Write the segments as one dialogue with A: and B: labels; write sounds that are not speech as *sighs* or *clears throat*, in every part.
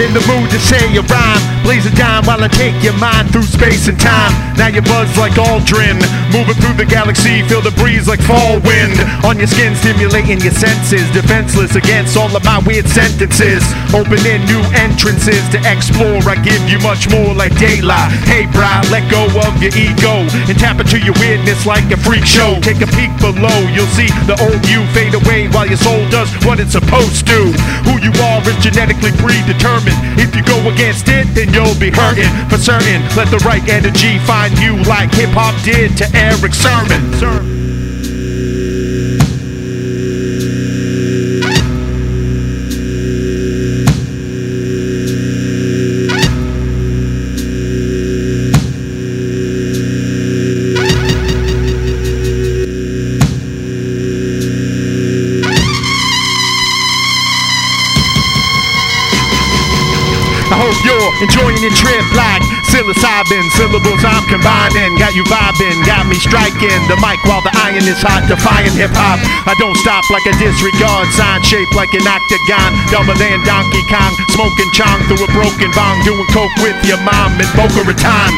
A: in the mood to say your rhyme. Blaze a dime while I take your mind through space and time. Now you buzz like Aldrin. Moving through the galaxy, feel the breeze like fall wind. On your skin, stimulating your senses. Defenseless against all of my weird sentences. Opening new entrances to explore. I give you much more like daylight. Hey, brah, let go of your ego. And tap into your weirdness like a freak show. Take a peek below, you'll see the old you fade away while your soul does what it's supposed to. Who you are is genetically predetermined. If you go against it, then you'll be hurting for certain. Let the right energy find you like hip hop did to Eric Sermon. I hope you're enjoying your trip like psilocybin. Syllables I'm combining, got you vibing, got me striking the mic while the iron is hot, defying hip hop. I don't stop like a disregard sign, shaped like an octagon, dumber than Donkey Kong, smoking chong through a broken bong, doing coke with your mom in Boca Raton.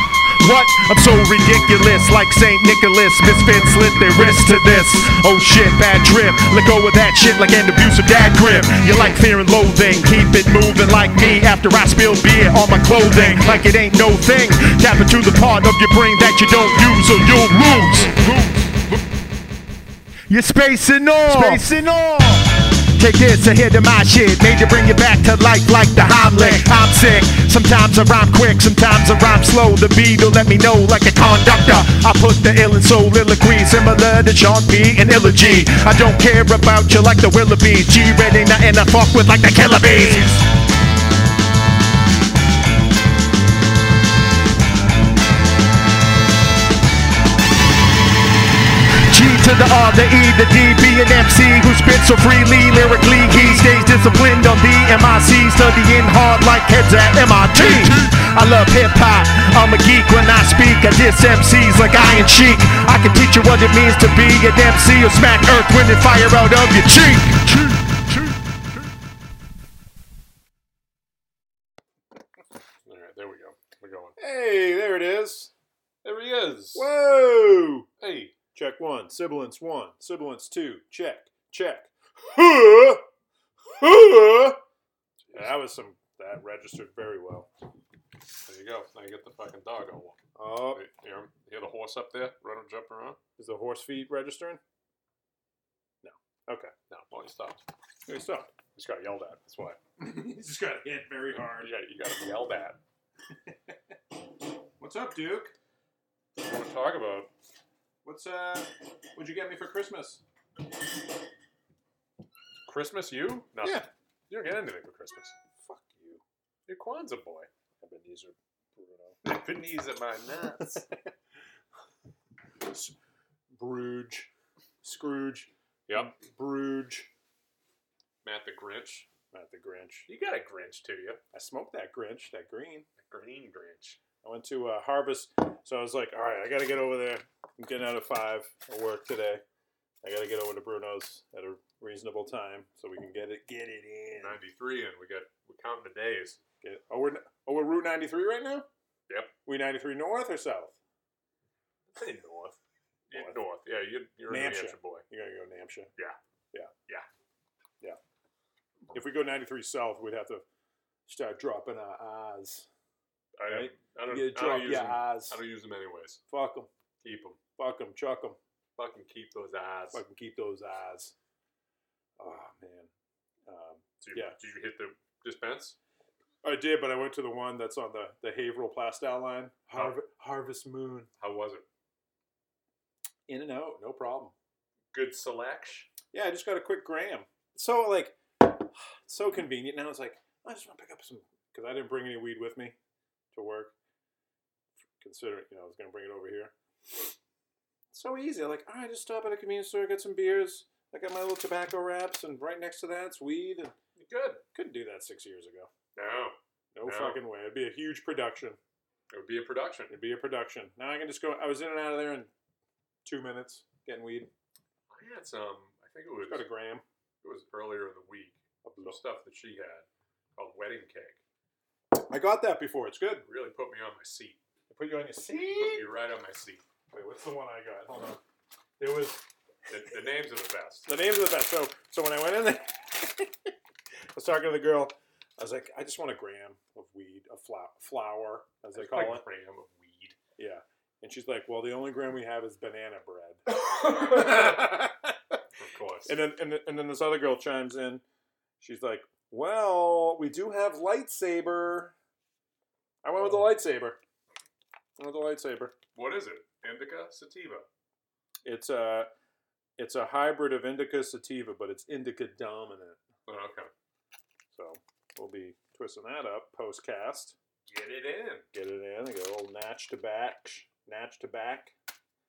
A: What? I'm so ridiculous, like St. Nicholas. Misfits slit their wrists to this. Oh shit, bad trip. Let go of that shit like an abusive dad grip. You like fear and loathing, keep it moving like me after I spill beer on my clothing. Like it ain't no thing. Tap into the part of your brain that you don't use or you'll lose. You're spacing off. Spacing off. Take this and hit to my shit. Made to bring you back to life like the Heimlich. I'm sick. Sometimes I rhyme quick, sometimes I rhyme slow. The beat will let me know like a conductor. I put the ill in soliloquy, similar to Sean P. and Illogy. I don't care about you like the Willoughbys. G ready now and I fuck with like the Killer Bees. G to the R, the E, the D, B, and MC who spits so freely, lyrically. He stays disciplined on the MIC, studying hard like heads at MIT. I love hip hop, I'm a geek when I speak. I diss MCs like Iron Sheik. I can teach you what it means to be an MC or smack earth, wind, and fire out of your cheek.
B: All right, there we go. We're going.
C: Hey, there it is.
B: There he is.
C: Whoa!
B: Hey,
C: Check one. Sibilance one. Sibilance two. Check. Check. *laughs* Huh. Huh. Yeah, that was some. That registered very well.
B: there you go. Now you get the fucking dog on one.
C: Oh,
B: Wait, Hear, him? hear the horse up there running, jumping around?
C: is the horse feet registering? No. Okay.
B: No, well, he stopped.
C: Here we stop.
B: He's got yelled at. That's why.
C: *laughs* He's just got hit very hard.
B: You got, you got to be yelled at.
C: What's up, Duke?
B: What do you want to talk about?
C: What's uh? What'd you get me for Christmas?
B: Christmas, you? No.
C: Yeah.
B: You don't get anything for Christmas.
C: Fuck you.
B: You're Kwanzaa boy. Ebenezer Bruno. *laughs* Ebenezer my nuts.
C: S- Bruge. Scrooge.
B: yep.
C: Bruge.
B: Matt the Grinch.
C: Not the Grinch.
B: You got a Grinch to you.
C: I smoked that Grinch, that green.
B: A green Grinch.
C: I went to uh, Harvest, so I was like, all right, I got to get over there. I'm getting out of five at work today. I got to get over to Bruno's at a reasonable time so we can get it, get it in.
B: 93 and we got, we're counting the days.
C: Get, oh, we're n- oh, we're Route 93 right now.
B: Yep.
C: We 93 north or south?
B: Say north. Yeah,
C: North.
B: north. Yeah, you're, you're a New
C: Hampshire.
B: Hampshire boy.
C: You're gonna go Namsha.
B: Yeah.
C: Yeah.
B: Yeah.
C: Yeah. If we go 93 south, we'd have to start dropping our eyes.
B: I,
C: Right?
B: I, don't,
C: You
B: I, don't
C: drop
B: use
C: your
B: them. I
C: eyes.
B: don't use them anyways.
C: Fuck them.
B: Keep them.
C: Fuck them. Chuck them.
B: Fucking keep those eyes.
C: Fucking keep those eyes. Oh man. Um,
B: Did you,
C: yeah.
B: did you hit the dispense?
C: I did, but I went to the one that's on the the Haverhill Plastow line, Harv- Harvest Moon.
B: How was it?
C: In and out, no problem.
B: Good selection.
C: Yeah, I just got a quick gram. So like, *sighs* so convenient. Now it's like I just want to pick up some because I didn't bring any weed with me to work. Considering you know I was gonna bring it over here. So easy. Like all right, just stop at a convenience store, get some beers. I got my little tobacco wraps, and right next to that's weed. And
B: Good.
C: couldn't do that six years ago.
B: No.
C: No,
B: No.
C: fucking way. It'd be a huge production.
B: It would be a production.
C: It'd be a production. Now I can just go. I was in and out of there in two minutes getting weed.
B: I had some. I think it was.
C: Got a gram.
B: It was earlier in the week. Some stuff that she had called wedding cake.
C: I got that before. It's good.
B: Really put me on my seat.
C: They put you on your
B: Put
C: seat.
B: me right on my seat.
C: Wait, what's the one I got? Hold on. There was
B: The, the names are the best.
C: the names of the best. So so when I went in there, *laughs* I was talking to the girl. I was like, I just want a gram of weed, a flour, flour as they
B: It's
C: call
B: like
C: it.
B: gram of weed.
C: Yeah. And she's like, well, the only gram we have is banana bread.
B: Of course.
C: and then and, then- and then this other girl chimes in. She's like, well, we do have lightsaber. I went with the
B: Oh.
C: lightsaber. I went with the lightsaber.
B: what is it? Indica sativa.
C: It's a it's a hybrid of indica sativa, but it's indica dominant.
B: Oh, okay.
C: So we'll be twisting that up postcast.
B: Get it in.
C: Get it in. Get a little natch to back, natch to back.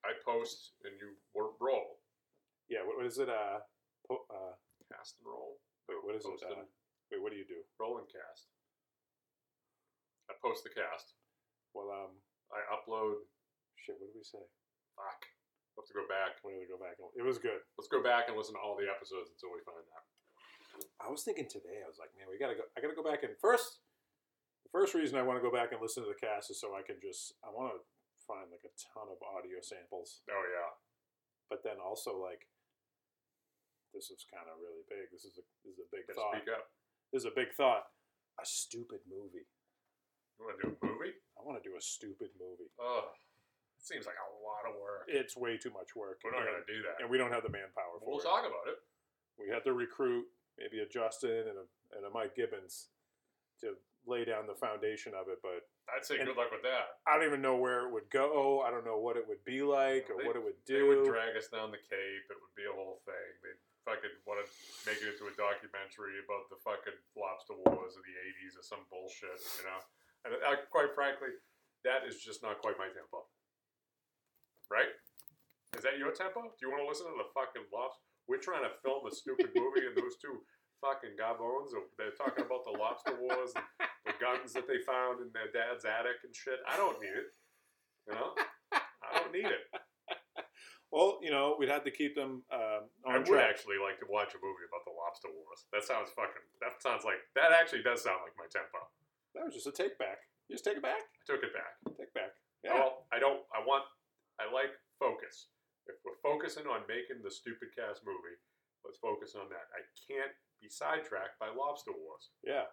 B: I post and you wor- roll.
C: Yeah. What, what is it? Uh, po- uh,
B: Cast and roll.
C: wait, what is
B: Post
C: it? Uh,
B: and-
C: wait, what do you do?
B: Roll and cast. I post the cast.
C: Well, um,
B: I upload.
C: shit. What did we say?
B: Fuck. We'll have to go back.
C: We need to go back. and- It was good.
B: Let's go back and listen to all the episodes until we find out.
C: I was thinking today. I was like, man, we gotta go. I gotta go back and first. The first reason I want to go back and listen to the cast is so I can just. I want to find like a ton of audio samples.
B: Oh yeah.
C: but then also like this is kind of really big this is a this is a big
B: Gotta
C: thought
B: Speak up.
C: this is a big thought a stupid movie
B: You want to do a movie?
C: i want to do a stupid movie
B: Ugh. It seems like a lot of work.
C: it's way too much work
B: We're not gonna do that.
C: and we don't have the manpower for it
B: We'll talk about it.
C: we had to recruit maybe a justin and a, and a mike gibbons to lay down the foundation of it but
B: I'd say
C: And-
B: good luck with that.
C: i don't even know where it would go i don't know what it would be like or
B: They-
C: what it would do
B: They would drag us down the Cape. It would be a whole thing. They'd fucking want to make it into a documentary about the fucking lobster wars of the 80s or some bullshit, you know? And I, quite frankly, that is just not quite my tempo. Right? Is that your tempo? Do you want to listen to the fucking lobster? We're trying to film a stupid movie, and those two fucking gabones, are, they're talking about the lobster wars and the guns that they found in their dad's attic and shit. I don't need it. You know? I don't need it.
C: well you know we'd have to keep them um,
B: I
C: on
B: would
C: track
B: actually like to watch a movie about the lobster wars. That sounds fucking. That sounds like that actually does sound like my tempo. I
C: that was just a take back you just take it back
B: took it back.
C: take back
B: I don't. I don't. I want. I like focus. If we're focusing on making the stupid cast movie, let's focus on that. I can't be sidetracked by lobster wars.
C: Yeah.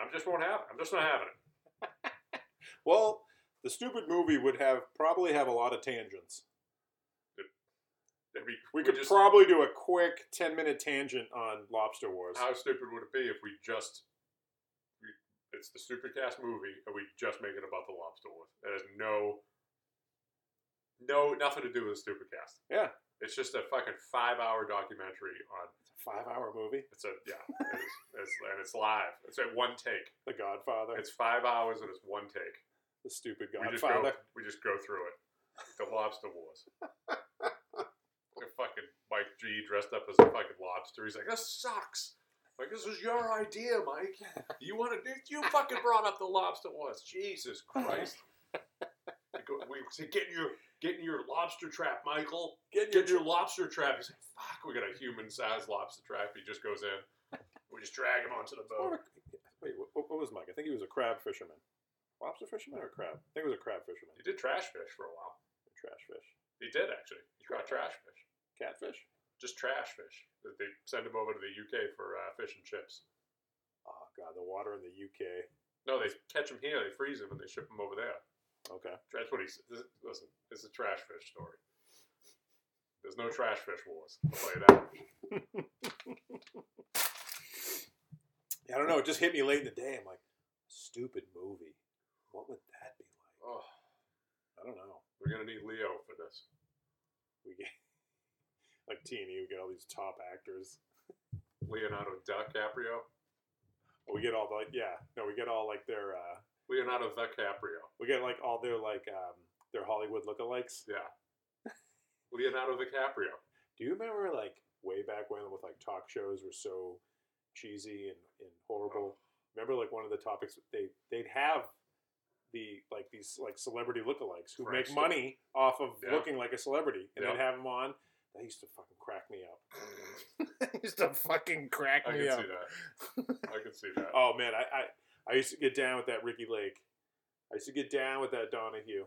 B: I'm just won't have it. I'm just not having it.
C: Well, the stupid movie would have probably have a lot of tangents.
B: It'd be,
C: We could
B: just.
C: probably do a quick ten minute tangent on Lobster Wars.
B: how stupid would it be if we just? We, it's the stupid cast movie, and we just make it about the lobster wars. It has no. No, nothing to do with the stupid cast.
C: Yeah,
B: It's just a fucking five hour documentary on
C: it's a five hour movie.
B: it's a yeah, it is, it's, and it's live. It's at one take.
C: The Godfather.
B: It's five hours and it's one take.
C: the stupid
B: We just go
C: Godfather.
B: we just go through it. The
C: *laughs*
B: lobster wars. The fucking Mike G dressed up as a fucking lobster. He's like, this sucks. Like this was your idea, Mike. You want to? You fucking brought up the lobster wars.
C: *laughs*
B: Jesus Christ. We go- We said, get in your get in your lobster trap, Michael.
C: Get
B: get your lobster trap. He's like, fuck, we got a human sized lobster trap. He just goes in. We just drag him onto the boat.
C: Oh, Wait, what, what was Mike? I think he was a crab fisherman. Lobster fisherman or crab? I think it was a crab fisherman.
B: He did trash fish for a while.
C: Trash fish.
B: He did actually. He caught trash fish.
C: Catfish?
B: Just trash fish. That They send him over to the UK for uh, fish and chips.
C: Oh god, the water in the UK.
B: No, they catch him here, they freeze him, and they ship him over there.
C: Okay. *laughs*
B: That's what he s- this- Listen, it's a trash fish story. There's no trash fish wars. I'll tell you that.
C: Yeah, I don't know. It just hit me late in the day. I'm like, stupid movie. What would that be like?
B: Oh,
C: I don't know.
B: we're going to need Leo for this.
C: we get like T and E. We get all these top actors.
B: Leonardo DiCaprio.
C: We get all the like, yeah, no, we get all like their, uh,
B: Leonardo DiCaprio.
C: we get like all their like um, their Hollywood lookalikes. *laughs*
B: Yeah. Leonardo DiCaprio.
C: Do you remember like way back when with like talk shows were so cheesy and, and horrible? Remember like one of the topics they they'd have the like these like celebrity lookalikes who
B: Right.
C: make money off of
B: Yeah.
C: looking like a celebrity, and
B: Yeah.
C: they'd have them on. That used to fucking crack me up. *laughs* used to fucking crack *laughs*
B: I can see that. I can see that.
C: Oh man, I, I I used to get down with that Ricky Lake. I used to get down with that Donahue.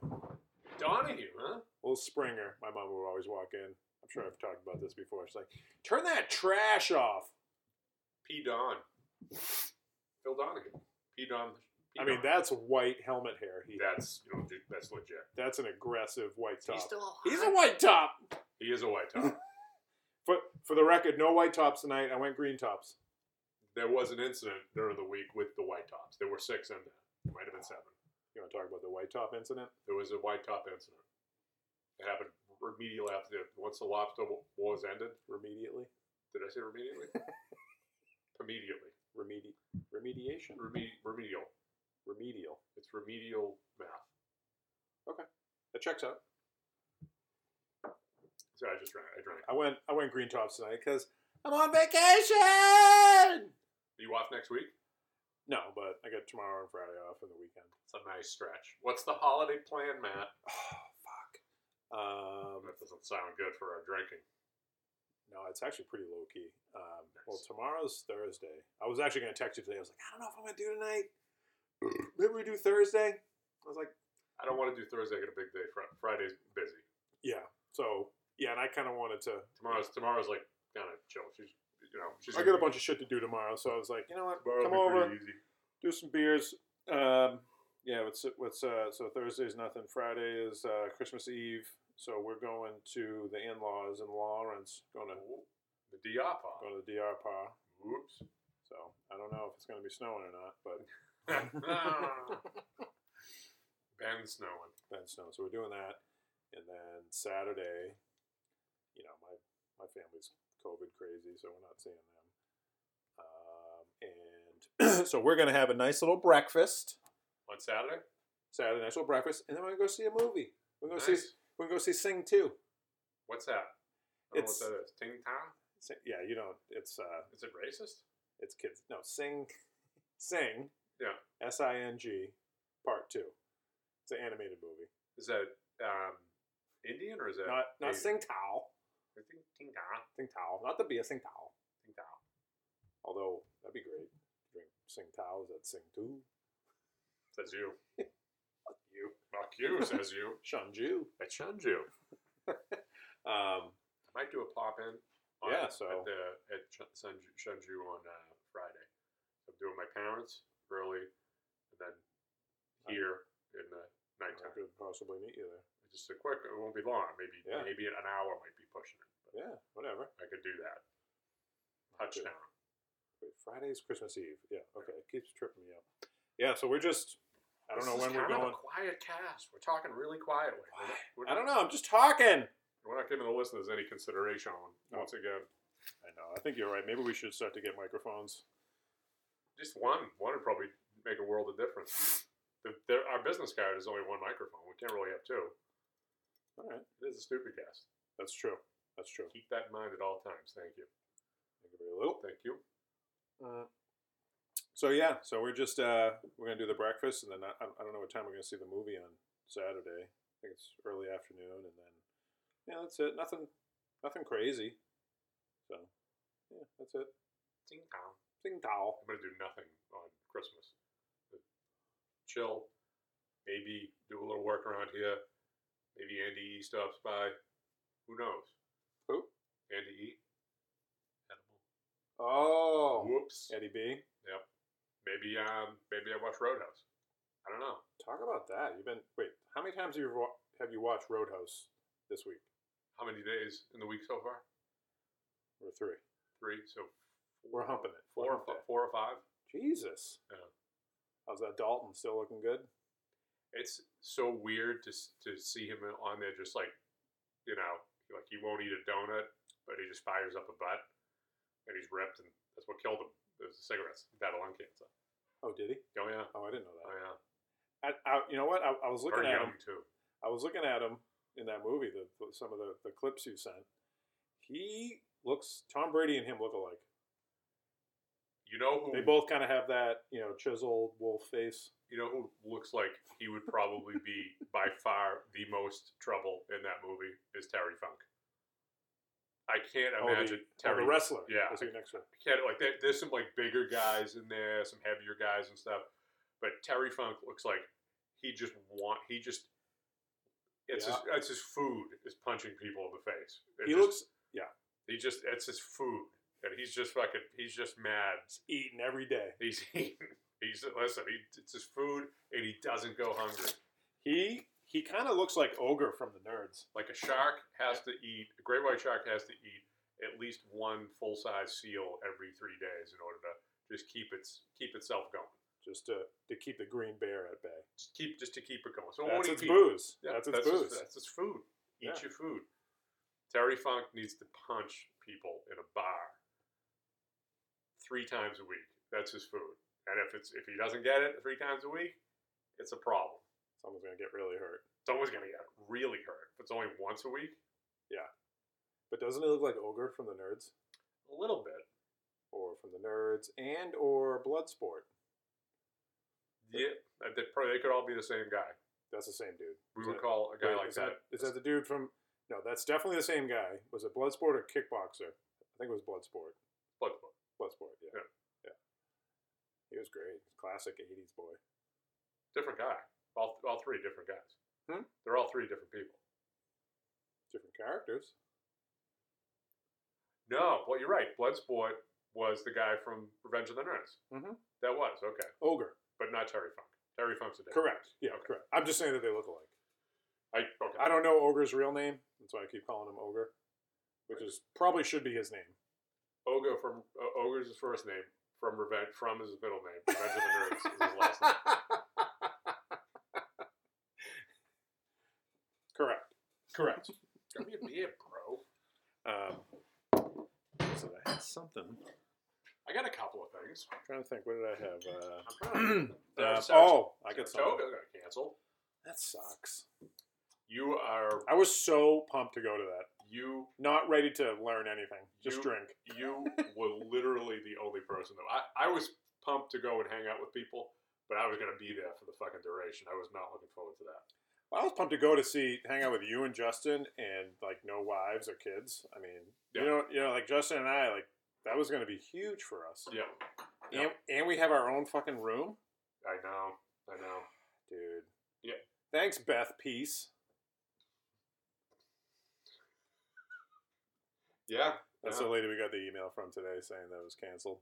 B: Donahue, huh?
C: Little Springer. My mom would always walk in. I'm sure I've talked about this before. She's like, turn that trash off.
B: P. Don. Phil Donahue. P. Don. P.
C: I mean,
B: Don.
C: that's white helmet hair. He,
B: that's you know, dude, that's legit.
C: That's an aggressive white top.
B: still
C: He's a white top.
B: He is a white top.
C: For, for the record, no white tops tonight. I went green tops.
B: there was an incident during the week with the white tops. There were six in there. It might have been seven.
C: You want to talk about the white top incident?
B: There was a white top incident. It happened immediately after the, once the lobster wars ended.
C: Remediately?
B: Did I say immediately?
C: *laughs*
B: immediately.
C: Remedi- remediation?
B: Reme- remedial.
C: Remedial.
B: It's remedial math.
C: That checks out.
B: So I just drank. I drank.
C: I went I went green tops tonight because I'm on vacation.
B: Are you off next week?
C: No, but I got tomorrow and Friday off and the weekend.
B: It's a nice stretch. What's the holiday plan, Matt?
C: Oh *sighs* fuck. Um,
B: That doesn't sound good for our drinking.
C: no, it's actually pretty low key. Um, well,
B: Nice.
C: tomorrow's Thursday. I was actually gonna text you today. I was like, I don't know if I'm gonna do tonight. *clears throat* Maybe we do Thursday. I was like,
B: I don't want to do Thursday. I got a big day. Fri- Friday's busy.
C: yeah. So yeah, and I kind of wanted to.
B: Tomorrow's tomorrow's like kind of chill. She's you know she's.
C: I got a bunch of shit to do tomorrow, so I was like, you know what? Come over.
B: easy.
C: do some beers. Um, yeah, what's what's uh, so Thursday's nothing. Friday is uh, Christmas Eve, so we're going to the in-laws in Lawrence, going to
B: The Diapa.
C: going to the DR Pa.
B: Oops.
C: So I don't know if it's going to be snowing or not, but
B: ben
C: *laughs*
B: *laughs* snowing.
C: then snow. So we're doing that, and then Saturday, you know, my my family's COVID crazy, so we're not seeing them. Um, and *clears throat* so we're going to have a nice little breakfast
B: On Saturday?
C: Saturday, nice little breakfast, and then we're going to go see a movie. We're going to see
B: Nice.
C: we're going to go see Sing Two.
B: What's that? I don't
C: It's-
B: know what that is. Ting Tang?
C: Sing, yeah, you don't. It's uh,
B: Is it racist?
C: it's kids. No, sing, *laughs* sing.
B: Yeah.
C: S I N G, part two. It's an animated movie.
B: Is that um, Indian or is that?
C: Not not sing
B: Asian.
C: tao,
B: I think Ting Tang.
C: sing tao. Not the beer, sing tao.
B: Ting Tang.
C: Although that'd be great. Drink sing tao. Is that sing two?
B: Says you. you. Fuck you, says you.
C: Shanju.
B: I shunned you.
C: Um,
B: I might do a pop in. On,
C: Yeah, so-
B: At, the, at Ch- Sunju- Shunju on uh, Friday. I'm doing my parents early and then here in the
C: I
B: nighttime.
C: could possibly meet you there.
B: Just a quick, it won't be long. Maybe
C: Yeah.
B: maybe an hour might be pushing it. But
C: Yeah, whatever.
B: I could do that. Touchdown.
C: Wait, Friday's Christmas Eve. Yeah. Okay. It keeps tripping me up. Yeah. So we're just. I don't know
B: This
C: when
B: is
C: we're
B: kind of
C: going.
B: a quiet cast. We're talking really quietly. We're not- we're
C: I
B: not-
C: don't know. I'm just talking.
B: We're not giving the listeners any consideration. Once again,
C: I know. I think you're right. Maybe we should start to get microphones.
B: just one. One would probably make a world of difference. The, there, our business card is only one microphone. We can't really have two.
C: All right.
B: It is a stupid cast.
C: That's true. That's true.
B: Keep that in mind at all times. Thank you.
C: Thank you very little.
B: Thank you.
C: Uh, so yeah, so we're just uh, we're gonna do the breakfast, and then I, I don't know what time we're gonna see the movie on Saturday. I think it's early afternoon, and then yeah, that's it. Nothing, nothing crazy. So yeah, that's it.
B: Ding dong.
C: Ding dao.
B: I'm gonna do nothing on Christmas. Chill. Maybe do a little work around here. Maybe Andy E stops by. Who knows?
C: Who?
B: Andy E. Edible.
C: Oh,
B: Whoops.
C: Eddie B.
B: Yep. Maybe um maybe I watch Roadhouse. I don't know.
C: Talk about that. You've been wait. How many times have you wa- have you watched Roadhouse this week
B: How many days in the week so far?
C: or three?
B: Three. So
C: We're humping it. We're
B: four or
C: humping
B: five, four or five.
C: it. Jesus.
B: Yeah.
C: How's that Dalton still looking good?
B: It's so weird to s- to see him on there just like you know like he won't eat a donut, but he just fires up a butt, and he's ripped, and that's what killed him. It was the cigarettes. He died of lung cancer.
C: Oh, did he?
B: Oh yeah.
C: Oh, I didn't know
B: Oh
C: that.
B: yeah.
C: I, I, you know what? I, I was looking
B: Very
C: at
B: young
C: him.
B: too.
C: I was looking at him in that movie. The, the- some of the, the clips you sent. He looks. Tom Brady and him look alike.
B: You know who
C: They both kind of have that you know chiseled wolf face.
B: you know who looks like he would probably be *laughs* by far the most trouble in that movie is Terry Funk. I can't
C: Oh, the-
B: imagine
C: Oh,
B: Terry.
C: the wrestler.
B: yeah.
C: Is he next to him?
B: can't like there, there's some like bigger guys in there, some heavier guys and stuff. But Terry Funk looks like he just want he just it's his it's his food is punching people in the face. It
C: He
B: just-
C: looks
B: he just it's his food, and he's just fucking he's just mad.
C: eating every day.
B: He's *laughs* eating. He's listen. He, it's his food, and he doesn't go hungry.
C: He he kind of looks like ogre from the Nerds.
B: Like a shark has to eat. A great white shark has to eat at least one full size seal every three days in order to just keep its keep itself going.
C: just to, to keep the green bear at bay.
B: Just keep just to keep it going. So it
C: That's
B: won't eat
C: its
B: people.
C: booze.
B: Yeah,
C: that's its booze.
B: that's its food. Eat
C: Yeah.
B: your food. Terry Funk needs to punch people in a bar three times a week. That's his food. And if it's if he doesn't get it three times a week, it's a problem.
C: Someone's gonna get really hurt.
B: Someone's gonna get really hurt. If it's only once a week,
C: But doesn't it look like ogre from the Nerds
B: a little bit.
C: or from the Nerds and or Bloodsport?
B: Yeah, uh, they, probably, they could all be the same guy.
C: That's the same dude.
B: We
C: Is
B: would
C: that-
B: call a guy
C: wait,
B: like
C: is that,
B: that.
C: is that the dude from? No, that's definitely the same guy. Was it Bloodsport or Kickboxer? I think it was Bloodsport.
B: Bloodsport.
C: Bloodsport. Yeah.
B: Yeah.
C: Yeah. He was great. Classic '80s boy.
B: different guy. All, all three different guys.
C: Hmm?
B: They're all three different people.
C: Different characters.
B: No, well, you're right. Bloodsport was the guy from Revenge of the Nerds.
C: Mhm.
B: That was okay,
C: Ogre.
B: but not Terry Funk. Terry Funk's a different.
C: Correct. Yeah.
B: Okay.
C: Correct. I'm just saying that they look alike.
B: I, okay.
C: I don't know Ogre's real name. That's why I keep calling him Ogre, which is probably should be his name.
B: Ogo from uh, Ogre's his first name. From Revenge, from his middle name. Revenge of the Nerds is his last name.
C: Correct. *laughs* Correct.
B: Come here, bro.
C: Um, so I had something. I'm
B: I got a couple of things.
C: trying to think. What did I have? Uh,
B: I'm
C: *clears throat*
B: trying to-
C: uh,
B: Sarah-
C: oh, I got
B: Saratoga
C: something.
B: got canceled.
C: That sucks.
B: You are
C: I was so pumped to go to that.
B: you
C: Not ready to learn anything. Just
B: You-
C: drink.
B: you were literally the only person though. I, I was pumped to go and hang out with people, but I was gonna be there for the fucking duration. I was not looking forward to that.
C: I was pumped to go to see, hang out with you and Justin, and like no wives or kids. I mean,
B: Yeah.
C: you know, you know, like Justin and I, like that was going to be huge for us.
B: Yeah, Yeah.
C: And, and we have our own fucking room,
B: I know, I know.
C: dude.
B: Yeah.
C: Thanks, Beth. Peace.
B: Yeah,
C: That's
B: Yeah.
C: the lady we got the email from today saying that it was canceled.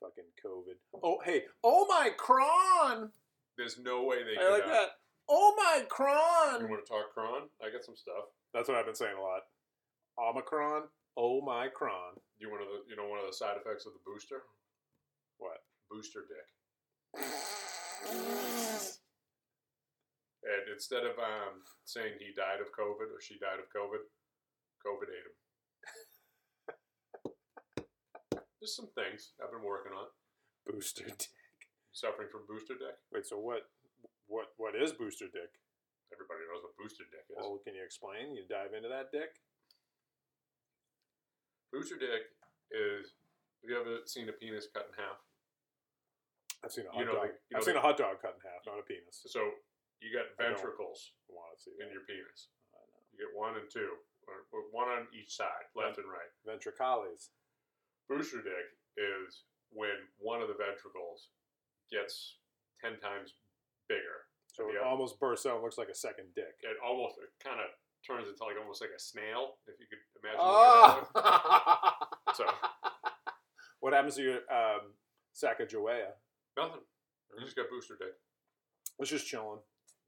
C: Fucking COVID. Oh, hey. Oh, my cron.
B: there's no way they.
C: I like
B: could, uh,
C: that. Oh, my
B: You
C: cron.
B: want to talk Kron? I got some stuff.
C: That's what I've been saying a lot. Omicron. Oh, my *laughs* cron.
B: You one of the, you know, one of the side effects of the booster.
C: What?
B: Booster dick. And instead of um, saying he died of COVID or she died of COVID, COVID ate him.
C: *laughs*
B: There's some things I've been working on.
C: Booster dick.
B: Suffering from booster dick.
C: Wait, so what? What? What is booster dick?
B: Everybody knows what booster dick is.
C: Well, can you explain? You dive into that dick.
B: Booster dick is. Have you ever seen a penis cut in half?
C: I've seen a hot
B: You know
C: dog.
B: the- you know
C: I've seen
B: the-
C: a hot dog cut in half, not a penis.
B: So you got
C: I don't.
B: ventricles
C: I want to see
B: in
C: that.
B: your penis.
C: I know.
B: You get one and two, or, or one on each side, left and right.
C: ventricales.
B: Booster dick is when one of the ventricles gets ten times bigger
C: So it
B: Yeah.
C: almost bursts out. and Looks like a second dick.
B: it almost it kind of turns into like almost like a snail if you could imagine. looking at
C: Oh!
B: it. so
C: *laughs* what happens to your um, Sacagawea?
B: nothing. You just got booster dick.
C: It's just chilling.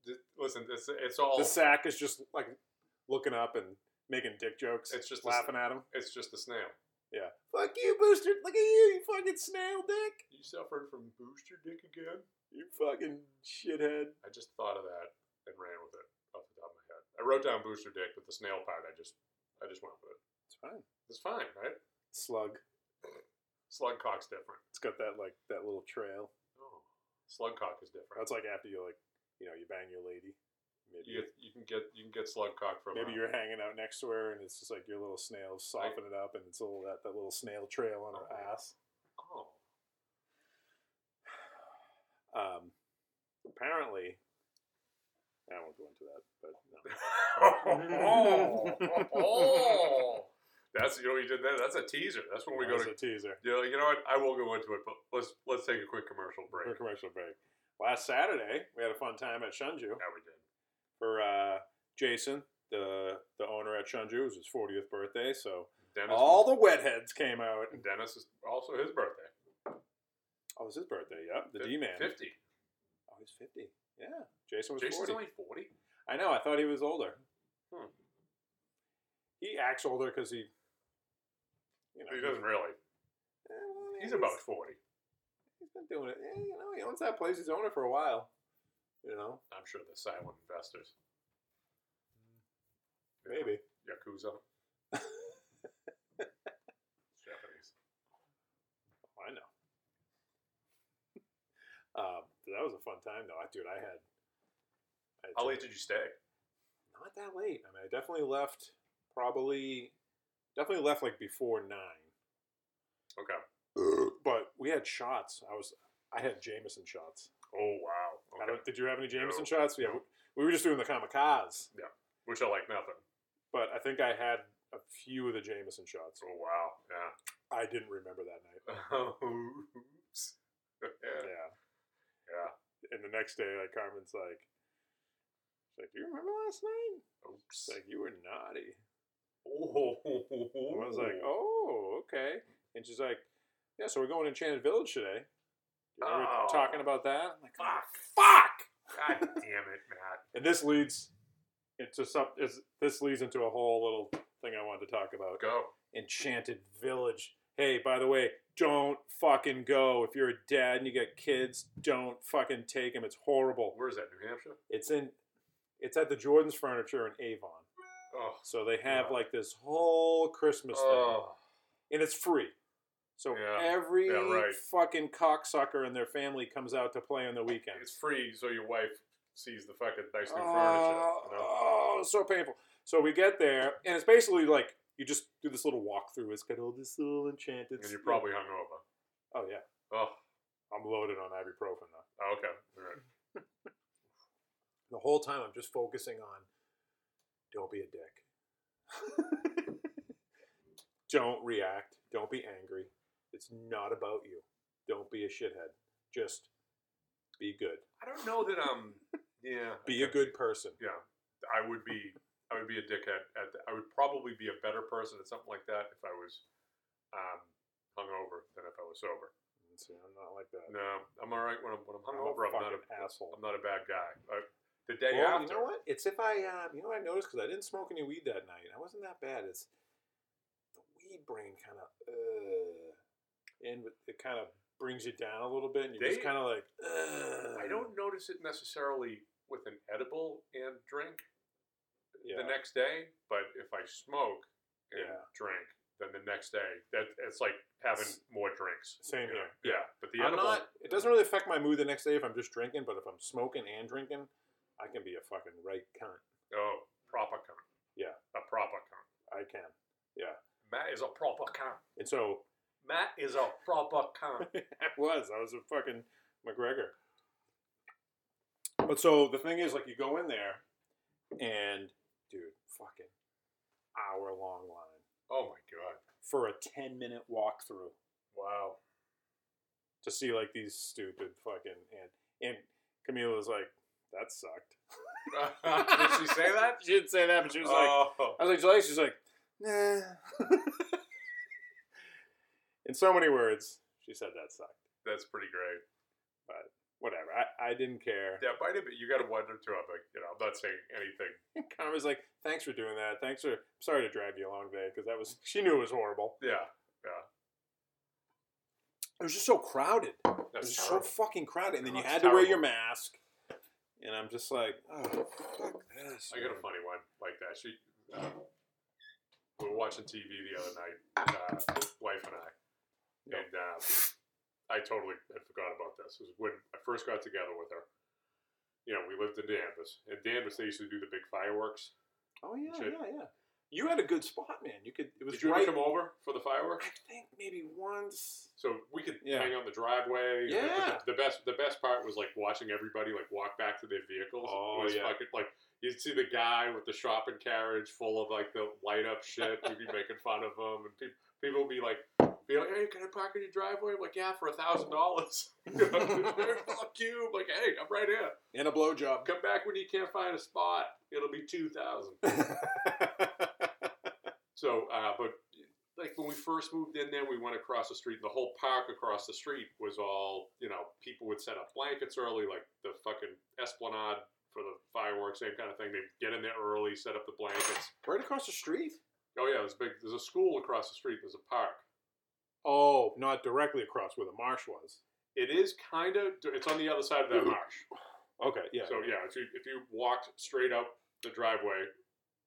B: Just- Listen, it's it's all
C: The sack is just like looking up and making dick jokes.
B: It's just a
C: laughing at him.
B: it's just a snail.
C: Yeah. Fuck you, Booster. Look at you, you fucking snail dick.
B: You suffering from booster dick again?
C: You fucking shithead.
B: I just thought of that and ran with it off the top of my head. I wrote down booster dick, but the snail part I just I just went with it.
C: It's fine.
B: It's fine, right?
C: Slug.
B: Slug cock's different.
C: It's got that like that little trail.
B: Oh, slug cock is different.
C: That's like after you like, you know, you bang your lady. Maybe
B: You, get, you can get you can get slug cock from
C: Maybe
B: uh,
C: you're hanging out next to her, and it's just like your little snail soften it up, and it's all that, that little snail trail on her
B: Oh.
C: ass.
B: Oh,
C: Um, apparently, I won't go into that, but no.
B: Oh.
C: *laughs*
B: That's you know what you did there. That's a teaser. That's when we go
C: That's a
B: to.
C: teaser
B: You know, you know what? I will go into it, but let's let's take a quick commercial
C: for a
B: break.
C: commercial break. last Saturday we had a fun time at Shunju
B: Yeah, we did.
C: for uh, Jason, the the owner at Shunju. It was his 40th birthday, so
B: Dennis
C: all the wetheads came out.
B: and Dennis is also his birthday.
C: Oh, it was his birthday. Yep, the
B: Fif-
C: D man.
B: Fifty.
C: Oh, he's 50. Yeah, Jason was
B: Jason's
C: 40.
B: only forty.
C: I know. I thought he was older.
B: Hmm.
C: He acts older because he, you know,
B: He doesn't really.
C: Eh, well,
B: He's about forty.
C: He's been doing it. Eh, you know, he owns that place. He's owned it for a while. You know,
B: I'm sure the silent investors.
C: maybe.
B: *laughs* Yakuza. It's Japanese.
C: I know. *laughs* Um, that was a fun time though, I, dude. I had. I had
B: How
C: so
B: late did you stay?
C: not that late. I mean, I definitely left probably, definitely left like before nine.
B: Okay.
C: *clears throat* But we had shots. I was, I had Jameson shots.
B: Oh wow.
C: I
B: Okay.
C: don't, did you have any Jameson
B: No.
C: shots? Yeah,
B: No.
C: we were just doing the kamikaze,
B: Which I like nothing.
C: but I think I had a few of the Jameson shots.
B: Oh wow. *laughs* Yeah.
C: I didn't remember that night.
B: Oops. yeah.
C: Yeah.
B: Yeah.
C: And the next day, like Carmen's like, she's like, do you remember last night?
B: Oops.
C: It's like you were naughty.
B: oh.
C: And I was like, oh, okay. And she's like, yeah, so we're going to Enchanted Village today. You know, we
B: Oh.
C: were talking about that. I'm like, oh,
B: Fuck.
C: fuck.
B: God damn it, Matt.
C: And this leads into some. Is this leads into a whole little thing I wanted to talk about.
B: Go.
C: Enchanted Village. Hey, by the way, don't fucking go. If you're a dad and you got kids, don't fucking take them. It's horrible.
B: Where is that? New Hampshire.
C: It's in. It's at the Jordan's Furniture in Avon.
B: Oh.
C: So they have
B: Yeah.
C: like this whole Christmas thing.
B: Oh.
C: and it's free. So
B: Yeah.
C: every
B: Yeah, right.
C: fucking cocksucker and their family comes out to play on the
B: It's
C: weekends.
B: free, so your wife sees the fucking nice new
C: Oh,
B: furniture. You know?
C: oh, so painful. So we get there, and it's basically like you just do this little walkthrough. It's got all this little enchanted.
B: And you're
C: stuff.
B: probably hungover.
C: Oh yeah,
B: Oh.
C: I'm loaded on ibuprofen though.
B: oh, Okay. All right.
C: The whole time I'm just focusing on, don't be a dick. *laughs* don't react. Don't be angry. It's not about you. Don't be a shithead. Just be good.
B: I don't know that um. Yeah.
C: Be a
B: okay.
C: good person.
B: Yeah. I would be. I would be a dickhead. At the, I would probably be a better person at something like that if I was um, hungover than if I was sober.
C: See, I'm not like that.
B: No, I'm all right when I'm when I'm
C: I'm a
B: hungover. I'm not
C: fucking
B: a
C: asshole.
B: I'm not a bad guy. I, the day
C: Oh, well,
B: after,
C: you know what? It's if I, um, you know, what I noticed because I didn't smoke any weed that night. I wasn't that bad. It's the weed brain kind of, uh, and it kind of brings you down a little bit, and you're
B: They-
C: just kind of like, uh, Ugh.
B: I don't notice it necessarily with an edible and drink
C: Yeah.
B: the next day, but if I smoke and
C: Yeah.
B: drink, then the next day that it's like having
C: S-
B: more drinks.
C: Same
B: you know?
C: here.
B: Yeah, but the
C: I'm
B: edible.
C: not. It doesn't really affect my mood the next day if I'm just drinking, but if I'm smoking and drinking, I can be a fucking right cunt.
B: Oh, proper cunt.
C: Yeah.
B: a proper cunt.
C: I can. Yeah.
B: Matt is a proper cunt.
C: And so
B: Matt
C: *laughs*
B: is a proper cunt.
C: I was. I was a fucking McGregor. But so the thing is, like, you go in there, and dude, fucking hour long line
B: oh my
C: *laughs*
B: god!
C: for a ten minute walkthrough
B: Wow.
C: to see like these stupid fucking and and Camila was like, that
B: *laughs*
C: sucked.
B: Did she say that?
C: She didn't say that, but she was like,
B: Oh.
C: I was like, July. She's like, nah. *laughs* In so many words, she said that sucked.
B: that's pretty great.
C: Whatever. I, I didn't care.
B: Yeah, might have been. You got to wonder too. I'm like, you know, I'm not saying anything.
C: I was like, thanks for doing that. Thanks for sorry to drag you along today because that was *laughs* she knew it was horrible.
B: Yeah,
C: It was just so crowded. It was
B: that's
C: so
B: terrible.
C: fucking crowded, and then you
B: Oh, it's
C: had to wear
B: terrible.
C: your mask. And I'm just like, oh, fuck this.
B: I got a
C: man."
B: funny one like that. She, uh, we were watching TV the other night, uh, wife and I,
C: Yeah.
B: and um, I totally had forgot about this. It was when I first got together with her. You know, we lived in Danvers. In Danvers, they used to do the big fireworks.
C: Oh yeah,
B: Shit.
C: yeah, yeah. You had a good spot, man. You could. It was
B: Did you
C: right.
B: ever come over for the
C: I
B: fireworks?
C: think maybe once.
B: So we could
C: Yeah.
B: hang on the driveway. The- the-
C: Yeah.
B: The, best the best part was like watching everybody like walk back to their vehicles.
C: Oh,
B: it was
C: yeah.
B: fucking like you'd see the guy with the shopping carriage full of like the light up shit. We'd be making fun of him and people people would be like be like, hey, can I park in your driveway? I'm like, yeah, for a thousand dollars. *laughs* Fuck you. I'm like, hey, I'm right here.
C: And a blowjob.
B: Come back when you can't find a spot. It'll be two thousand. So, uh, but like when we first moved in there, we went across the street. The whole park across the street was all you know. People would set up blankets early, like the fucking esplanade for the fireworks, same kind of thing. They'd get in there early, set up the blankets.
C: *laughs* right across the street.
B: Oh yeah, there's big. There's a school across the street. There's a park.
C: Oh, not directly across where the marsh was.
B: It is kind of. It's on the other side of that marsh.
C: Okay, Mm-hmm. yeah.
B: So yeah, if you if you walked straight up the driveway,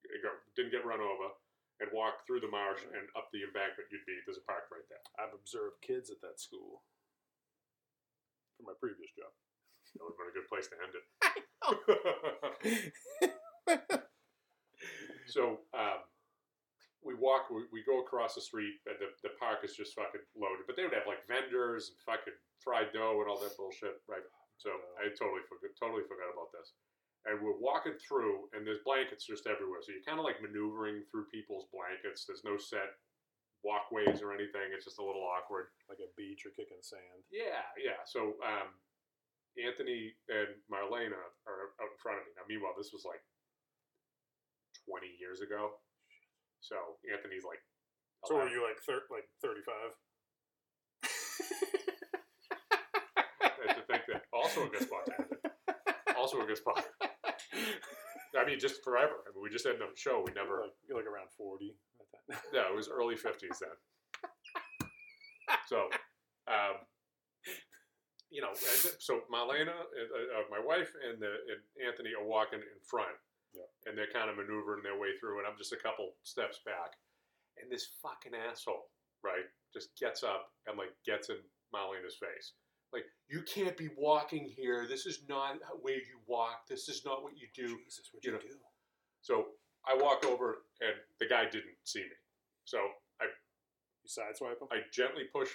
B: it got, didn't get run over, and walked through the marsh and up the embankment, you'd be there's a park right there.
C: I've observed kids at that school from my previous job.
B: That would have been a good place to end it. so um, we walk, we, we go across the street, and the, the park is just fucking loaded. But they would have like vendors and fucking fried dough and all that bullshit, right? So I totally forgot, totally forgot about this. And we're walking through, and there's blankets just everywhere. So you're kind of like maneuvering through people's blankets. There's no set walkways or anything. It's just a little awkward.
C: Like a beach or kicking sand.
B: Yeah, yeah. So um, Anthony and Marlena are out in front of me. Now, meanwhile, this was like 20 years ago. So Anthony's like,
C: So were
B: 11.
C: you like thir- like thirty five?
B: I have to think that also a good spot to end it. Also a good spot. I mean, just forever. I mean, we just ended the show. We never.
C: Like you're like around forty. I thought.
B: Yeah, it was early 50s then. So, um, you know, I said- so Marlena, uh, uh, my wife, and, the, and Anthony are walking in front,
C: Yeah.
B: and they're kind of maneuvering their way through, and I'm just a couple steps back, and this fucking asshole, right, just gets up and like gets in Marlena's face, like you can't be walking here. This is not where you walk. This is not what you do.
C: Jesus, what'd
B: you
C: you,
B: know,
C: do?
B: So I walk over, and the guy didn't see me. So I
C: You sideswipe him?
B: I gently push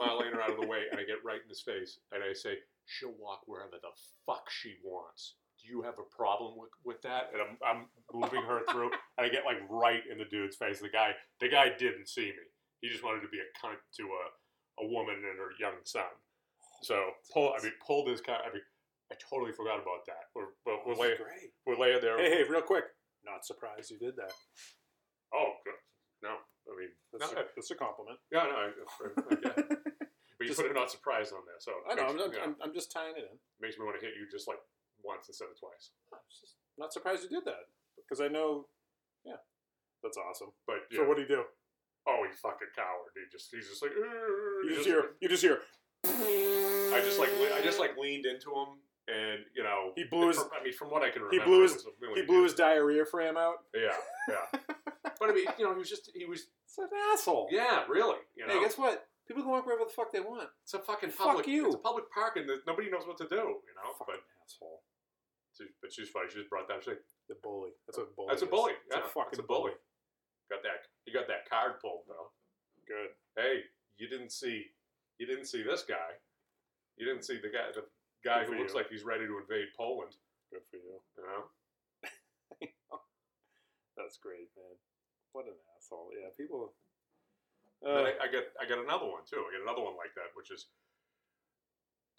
B: Marlena out of the way and I get right in his face and I say, She'll walk wherever the fuck she wants. Do you have a problem with, with that? And I'm, I'm moving her through and I get like right in the dude's face. The guy the guy didn't see me. He just wanted to be a cunt to a, a woman and her young son. So pull I mean pulled his car I mean I totally forgot about that. We're we're, we're,
C: That's
B: laying,
C: great.
B: we're laying there
C: Hey, hey, real quick. Not surprised you did that.
B: Oh good. No. I mean
C: That's,
B: no,
C: a, that's a
B: *laughs*
C: compliment.
B: yeah, no, I, I, I get it. But you
C: Just-
B: put a not surprised on there, so it
C: I know.
B: makes-
C: I'm, I'm,
B: yeah.
C: I'm, I'm just tying it in.
B: makes me want to hit you just like once instead of twice.
C: I'm just not surprised you did that because I know. Yeah, that's awesome.
B: But
C: So
B: yeah,
C: what do you do?
B: oh, he's fucking coward. He just he's just like "Err,"
C: You
B: he
C: just
B: just-
C: hear. You just hear.
B: I just like le- I just like leaned into him, and you know
C: He blew his-
B: From, I mean, from what I can
C: he
B: remember,
C: blew
B: it
C: his-
B: was a million
C: He blew
B: years-
C: his diarrhea frame out.
B: Yeah,
C: *laughs*
B: yeah. but I mean, you know, he was just he was
C: It's an asshole.
B: yeah, really. You know,
C: Hey, guess what? People can walk wherever the fuck they want.
B: it's a fucking
C: fuck
B: public.
C: you.
B: It's a public park, and there's- nobody knows what to do. You know,
C: Fucking
B: but
C: asshole.
B: she, but she's funny. She just brought that. She's like,
C: The bully. That's what bully.
B: that's a
C: is.
B: bully.
C: It's
B: yeah,
C: a fucking
B: that's a
C: bully.
B: bully. Got that? You got that card pulled though.
C: Good.
B: hey, you didn't see, you didn't see this guy. You didn't see the guy, the
C: Good
B: guy
C: for
B: who looks
C: you.
B: like he's ready to invade Poland.
C: Good for you.
B: You know,
C: That's great, man. What an asshole. Yeah, people.
B: And
C: Uh,
B: then I, I got, I got another one too. I got another one like that, which is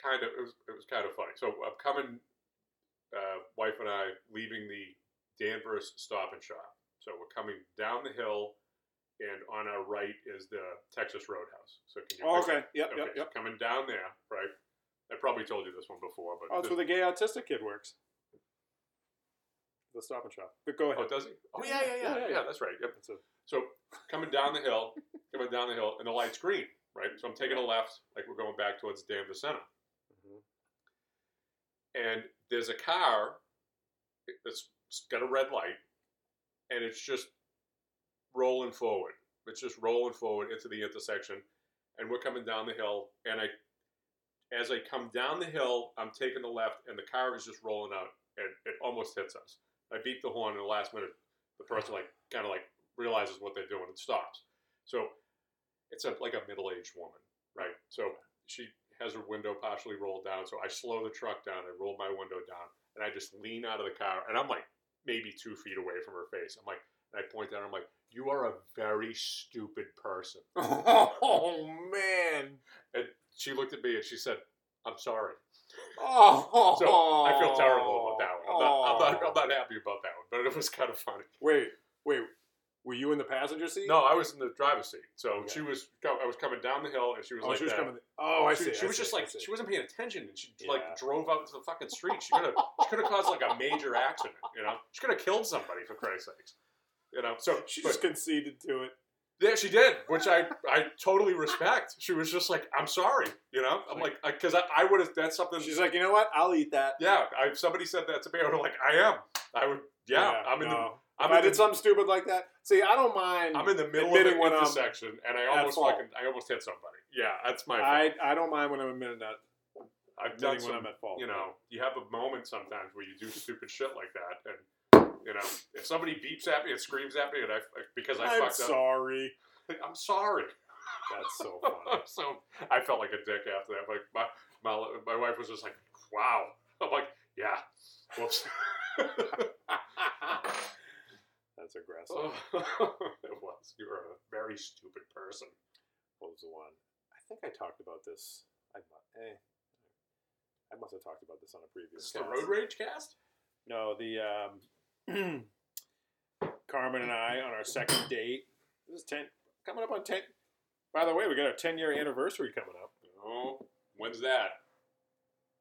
B: kind of, it was, it was kind of funny. So I'm coming, uh, wife and I leaving the Danvers Stop and Shop. So we're coming down the hill, and on our right is the Texas Roadhouse. So can you?
C: oh, okay. Yep.
B: Okay,
C: Yep.
B: so
C: Yep.
B: coming down there, right? I probably told you this one before, but
C: Oh, that's
B: this-
C: where the gay autistic kid works. The Stop and Shop. But go ahead.
B: Oh, does he? Oh, yeah, yeah, yeah, yeah, That's right. Yep. *laughs*
C: That's a,
B: So coming down the *laughs* hill, coming down the hill, and the light's green, right? So I'm taking a left, like we're going back towards Dam Center, Mm-hmm. and there's a car that's got a red light, and it's just rolling forward. It's just rolling forward into the intersection, and we're coming down the hill, and I, as I come down the hill, I'm taking the left, and the car is just rolling out, and it almost hits us. I beat the horn in the last minute. The person like kind of like realizes what they're doing and stops. So it's a, like a middle aged woman, right? So she has her window partially rolled down. So I slow the truck down, I roll my window down, and I just lean out of the car, and I'm like maybe two feet away from her face. I'm like, and I point down, I'm like, you are a very stupid person.
C: Oh man.
B: And she looked at me and she said, I'm sorry.
C: Oh.
B: So I feel terrible about that one. I'm not, I'm, not, I'm not happy about that one, but it was kind of funny.
C: Wait, wait. Were you in the passenger seat?
B: No, I was in the driver's seat. So
C: Okay.
B: she was, I was coming down the hill and she was
C: Oh,
B: like,
C: she was
B: that.
C: coming. Oh, I
B: she,
C: see.
B: she
C: I
B: was
C: see,
B: just
C: I
B: like
C: see.
B: she wasn't paying attention, and she
C: Yeah.
B: like drove out into the fucking street. She could have she could have caused like a major accident. You know, she could have killed somebody for Christ's sakes. You know, so
C: She
B: but-
C: just conceded to it.
B: yeah, she did, which I I totally respect. She was just like, I'm sorry. You know, I'm like because I, I would have that's something.
C: She's like, you know what? I'll eat that.
B: yeah, I, if somebody said that to me, I would have like, I am. I would. Yeah, I'm in
C: no.
B: the. I'm
C: if I
B: in the,
C: did something stupid like that. See, I don't mind.
B: I'm in the middle of
C: admitting
B: an
C: when I'm
B: intersection, and I almost
C: fault.
B: fucking I almost hit somebody. Yeah, that's my.
C: I, I don't mind when I'm admitting that.
B: I've
C: Admitting
B: done
C: when I'm
B: some
C: at fault.
B: you know, you have a moment sometimes where you do stupid shit like that, and you know, if somebody beeps at me and screams at me, and I because I
C: I'm
B: fucked up,
C: sorry.
B: I'm sorry. *laughs*
C: That's so funny.
B: so I felt like a dick after that. Like my my my wife was just like, "Wow." I'm like, "Yeah." Whoops. *laughs*
C: That's aggressive.
B: Oh.
C: Oh.
B: *laughs* it was. You were a very stupid person.
C: What was the one? I think I talked about this. I mu- eh, I must have talked about this on a
B: Is
C: previous.
B: this the
C: cast.
B: road rage cast?
C: No, the um, *clears throat* Carmen and I on our second date. This is ten coming up on ten. By the way, we got our ten year anniversary coming up.
B: Oh, when's that?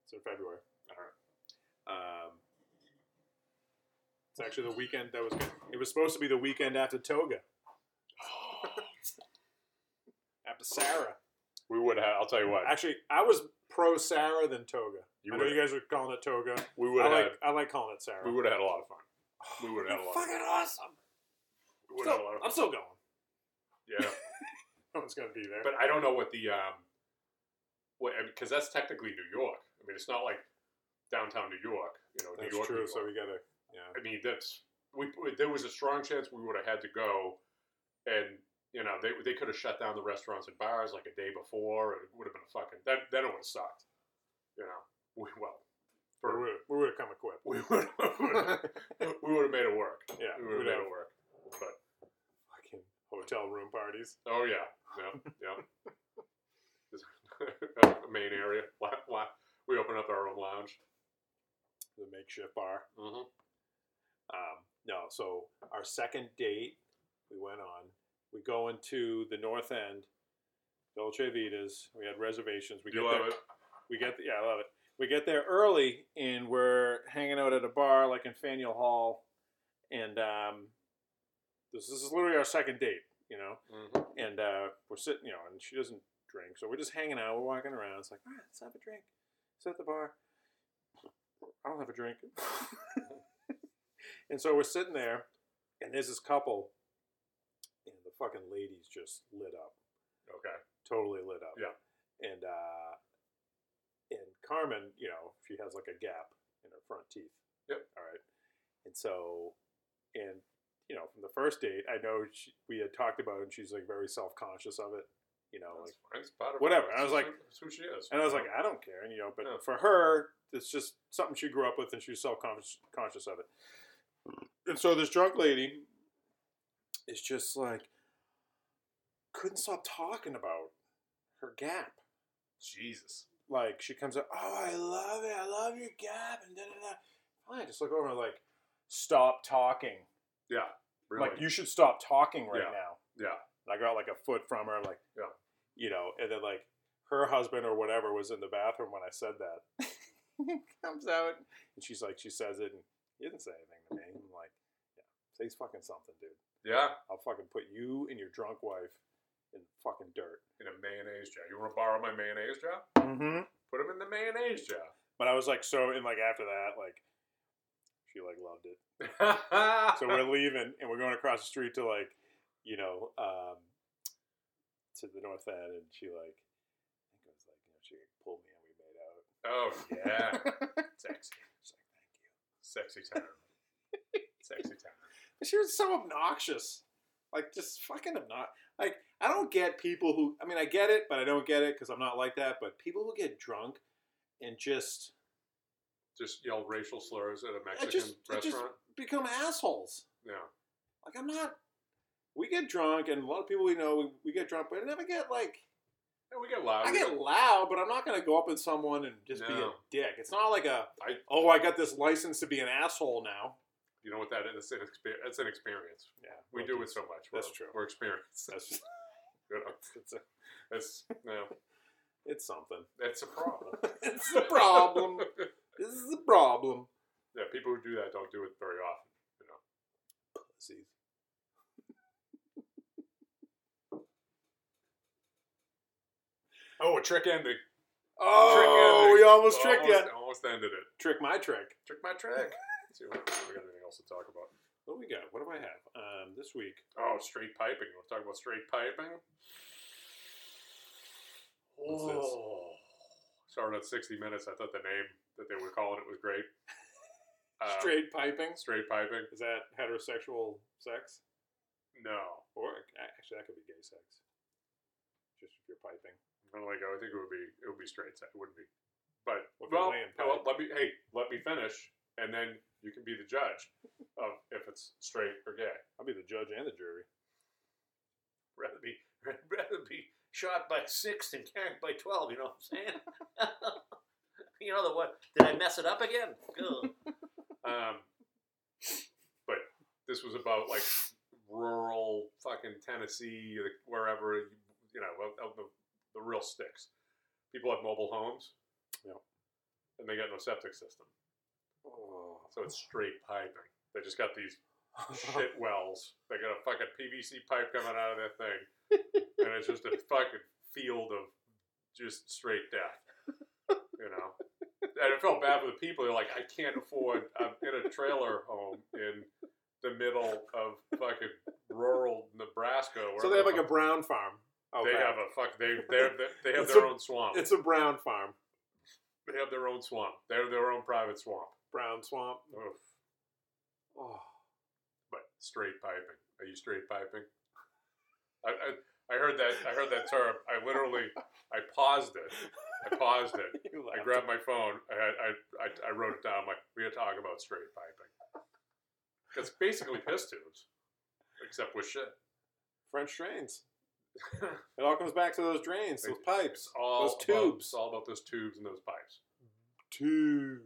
C: It's in February.
B: All right.
C: Um, it's actually the weekend that was. It was supposed to be the weekend after
B: *gasps*
C: Toga, after Sarah.
B: We would have. I'll tell you what.
C: Actually, I was pro Sarah than Toga.
B: You
C: I know
B: would-
C: you guys are calling it Toga.
B: We would
C: I
B: have.
C: like I like calling it Sarah.
B: we would have had a lot of fun. We would have had a lot. of fun.
C: fucking awesome.
B: We would
C: So,
B: have had a lot of
C: I'm
B: fun.
C: still going.
B: Yeah,
C: No one's gonna be there.
B: but I don't know what the um, what because that's technically New York. I mean, it's not like downtown New York. You know,
C: That's
B: New York.
C: true.
B: New
C: So
B: York.
C: we gotta. Yeah.
B: I mean, that's we, we- There was a strong chance we would have had to go, and you know they they could have shut down the restaurants and bars like a day before. and It would have been a fucking that then it would have sucked. You know, we, well,
C: We
B: for,
C: would've- we would have come equipped.
B: *laughs* we would we would have made it work.
C: Yeah.
B: We would have
C: we'd
B: made
C: have
B: it work. But
C: fucking hotel room parties.
B: Oh yeah, yeah,
C: *laughs*
B: yeah. *laughs* main area. La- la- We open up our own lounge.
C: The makeshift bar.
B: Mm-hmm.
C: Um, no, so our second date we went on. We go into the North End, Dolce Vita's. We had reservations. We
B: You
C: get
B: love
C: there,
B: it.
C: We get yeah, I love it. We get there early and we're hanging out at a bar like in Faneuil Hall, and um, this, this is literally our second date, you know.
B: Mm-hmm.
C: And uh, we're sitting, you know, and she doesn't drink, so we're just hanging out. We're walking around. It's like, all right, let's have a drink. Sit at the bar. I don't have a drink. *laughs* and so we're sitting there, and there's this couple, and the fucking ladies just lit up
B: Okay.
C: totally lit up.
B: Yeah.
C: And uh, and Carmen, you know, she has like a gap in her front teeth.
B: Yep.
C: All right. And so, and you know, from the first date, I know she, we had talked about, it and she's like very self conscious of it. You know, like,
B: That's fine. It's part of
C: whatever.
B: it's
C: I was like-
B: who- it's who she is.
C: and I was like, ah, I don't care, and you know, but
B: Yeah.
C: for her, it's just something she grew up with, and she was self conscious of it. And so this drunk lady is just like couldn't stop talking about her gap.
B: Jesus.
C: like she comes up, oh, I love it, I love your gap, and da da da. Finally, I just look over and like, stop talking.
B: Yeah. Really.
C: Like you should stop talking right
B: Yeah.
C: now.
B: Yeah.
C: And I got like a foot from her, like,
B: Yeah.
C: you know, and then like her husband or whatever was in the bathroom when I said that. He comes out and she's like, she says it, and he didn't say anything to me. I'm like, yeah, say fucking something, dude.
B: yeah.
C: I'll fucking put you and your drunk wife in fucking dirt.
B: In a mayonnaise jar. You want to borrow my mayonnaise jar?
C: Mm-hmm.
B: Put him in the mayonnaise jar.
C: But I was like, so, and like after that, like, she like loved it. *laughs* So we're leaving and we're going across the street to like, you know, um, to the north end, and she like, I think it was like, you know, she pulled me and we made out.
B: *laughs* oh
C: *laughs*
B: yeah. Sexy.
C: She's like, thank you.
B: Sexy time. Sexy time.
C: But she was so obnoxious, like just fucking obnoxious. Like I don't get people who. I mean, I get it, but I don't get it because I'm not like that. But people who get drunk and just
B: Just yell racial slurs at a
C: I
B: Mexican
C: just I just
B: restaurant.
C: become assholes.
B: yeah.
C: Like I'm not. we get drunk, and a lot of people we know, we, we get drunk, but I never get like
B: And we get loud.
C: I get loud, but I'm not gonna go up at someone and just be a
B: No.
C: dick. It's not like a
B: I-
C: oh, I got this license to be an asshole now.
B: you know what that is? It's an, exper- it's an experience.
C: Yeah,
B: We do it so much. We're,
C: That's true.
B: We're experienced. *laughs*
C: That's,
B: You know,
C: it's, a,
B: that's no,
C: it's something.
B: that's a *laughs* problem.
C: It's a
B: *laughs*
C: problem. this is a problem.
B: Yeah, people who do that don't do it very often. You know,
C: See,
B: oh, a trick ending.
C: Oh, we almost tricked
B: almost,
C: you.
B: Almost ended it.
C: Trick my trick.
B: Trick my trick. *laughs* Let's see what, we got anything else to talk about?
C: What do we got? What do I have um, this week?
B: Oh, straight piping. You want to talk about straight piping?
C: What's this?
B: *sighs* Started at 60 minutes. I thought the name that they were calling it was *laughs* great. Uh,
C: Straight piping.
B: straight piping.
C: Is that heterosexual sex?
B: No,
C: Or actually, that could be gay sex. Just if you're piping.
B: I don't like. "Oh, I think it would be it would be straight set. It wouldn't be. But
C: Well, if you're
B: well,
C: laying
B: no,
C: pipe.
B: let me hey, let me finish, and then you can be the judge of if it's straight or gay.
C: I'll be the judge and the jury.
B: Rather be rather be shot by six than carried by twelve. You know what I'm saying? *laughs*
D: you know the what? Did I mess it up again? Ugh.
B: Um, but this was about like rural fucking Tennessee, like, wherever you know, of- of the, the real sticks. People have mobile homes,
C: Yep.
B: and they got no septic system,
C: Oh.
B: so it's straight piping. They just got
C: *laughs*
B: these shit wells. They got a fucking PVC pipe coming out of
C: *laughs*
B: that thing, and it's just a fucking field of just straight death. You know, and it felt bad for the people. They're like, I can't afford. I'm in a trailer home in the middle of fucking rural Nebraska.
C: so they have like a brown farm. Oh,
B: they
C: *laughs*
B: have a fuck. They they're, they they have
C: It's
B: their
C: a-
B: own swamp.
C: It's a brown farm.
B: They have their own swamp. They have their own private swamp.
C: Brown swamp.
B: Oof.
C: Oh. *laughs*
B: but straight piping. Are you straight piping? I, I, I heard that I heard that term. I literally I paused it. I paused it.
C: You
B: I
C: laughed.
B: grabbed my phone. I had, I, I I wrote it down. Like we are talking about straight piping. It's basically piss tubes, except with shit.
C: French drains. *laughs* It all comes back to those drains, those
B: It's
C: pipes,
B: all
C: those
B: about-
C: tubes.
B: it's all about those tubes and those pipes.
C: Tube.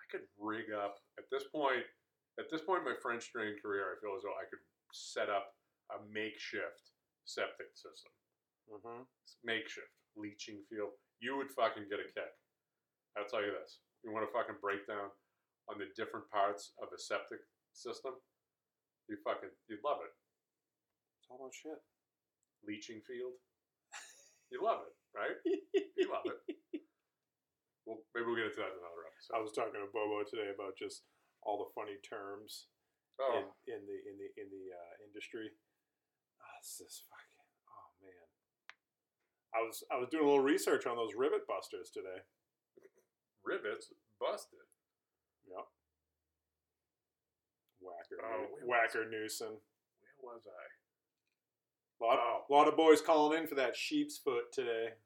B: I could rig up at this point. At this point in my French drain career, I feel as though I could set up a makeshift septic system.
C: Mm-hmm.
B: makeshift leaching field, you would fucking get a kick. I'll tell you this. You want to fucking break down on the different parts of a septic system? You fucking, you'd love it.
C: It's all about shit.
B: Leaching field? You love it, right? You love it. Well, maybe we'll get into that in another
C: I
B: episode.
C: was talking to Bobo today about just all the funny terms
B: Oh,
C: in, in the in the in the uh, industry. Ah, this is fucking oh man. I was I was doing a little research on those rivet busters today.
B: rivets busted.
C: Yep. Whacker,
B: Oh,
C: Nu-
B: it was-
C: Whacker Newsom.
B: Where was I?
C: Lot,
B: Oh.
C: lot of boys calling in for that sheep's foot today.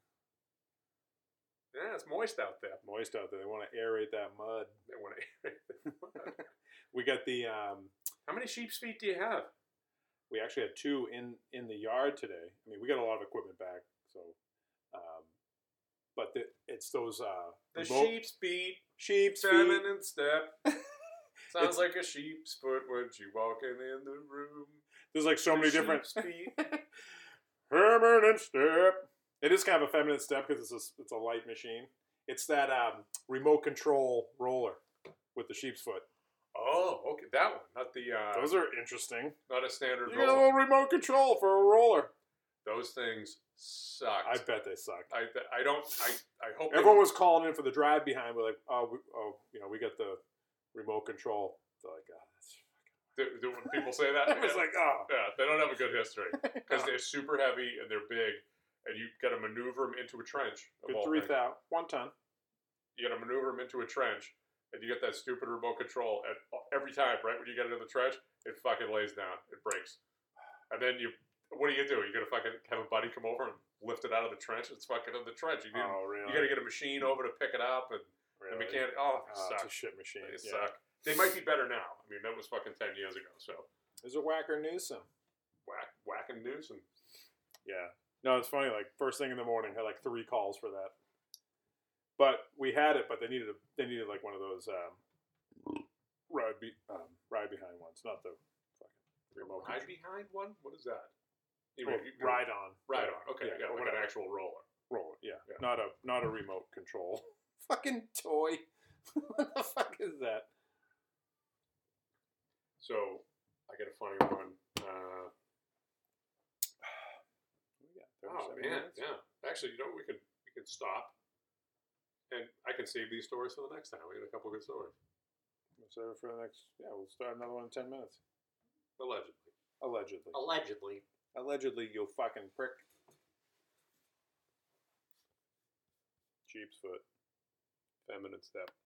B: Yeah, it's moist out there.
C: Moist out there. They want to aerate that mud.
B: They
C: *laughs*
B: wanna-
C: We got the um,
B: How many sheep's feet do you have?
C: we actually had two in in the yard today. I mean, we got a lot of equipment back, so. Um, but the, it's those uh,
B: The
C: remote-
B: sheep's feet
C: sheep's feet. *laughs*
B: feminine step.
C: It's-
B: Sounds like a sheep's foot when she walking in the room.
C: There's like so
B: The
C: many different
B: sheep's feet.
C: feminine step. It is kind of a feminine step because it's a, it's a light machine. It's that um, remote control roller with the sheep's foot.
B: oh, okay, that one, not the uh,
C: Those are interesting.
B: not a standard
C: You get a little
B: roller.
C: remote control for a roller.
B: Those things suck.
C: I bet they suck.
B: I, I don't. I, I hope they-
C: Everyone was calling in for the drive behind, but like, oh, we, oh, you know, we got the remote control. They're like, oh, that's
B: do, do when people
C: *laughs*
B: say that.
C: I was
B: yeah.
C: like, oh,
B: *laughs* yeah, they don't have a
C: *laughs*
B: good history because they're super heavy and they're big, and you got to maneuver them into a trench. of
C: good
B: all
C: three
B: things.
C: thou, one ton.
B: you got to maneuver them into a trench, and you get that stupid remote control. And every time, right when you get into the trench, it fucking lays down. It breaks. And then you, what do you do? You got to fucking have a buddy come over and lift it out of the trench. It's fucking in the trench. You, need,
C: Oh, really?
B: you got to get a machine over to pick it up, and
C: really?
B: the mechanic. Oh,
C: Oh,
B: it
C: it's a
B: sucks.
C: shit machine.
B: They
C: yeah.
B: suck. They might be better now. I mean, that was fucking ten years ago. So
C: There's a whacker Newsom.
B: fucking nuisance.
C: Yeah. No, it's funny. Like first thing in the morning, had like three calls for that. But we had it, but they needed a, they needed like one of those um, ride be, um, ride behind ones, not the fucking remote
B: Ride
C: control.
B: behind one? What is that? You
C: Well,
B: mean, you-
C: ride on,
B: Ride on. Okay,
C: Yeah,
B: yeah,
C: or
B: like
C: whatever.
B: an actual roller.
C: roller. Yeah.
B: Yeah.
C: not a not a remote control. *laughs* fucking toy. *laughs* what the fuck is that?
B: So I got a funny one. Uh, oh man, yeah. Actually, you know we can we can stop, and I can save these stories for the next time. We got a couple good stories,
C: So for the next, yeah, we'll start another one in ten minutes.
B: allegedly.
C: Allegedly.
D: Allegedly.
C: Allegedly, you fucking prick. Jeep's foot.
B: Feminine step.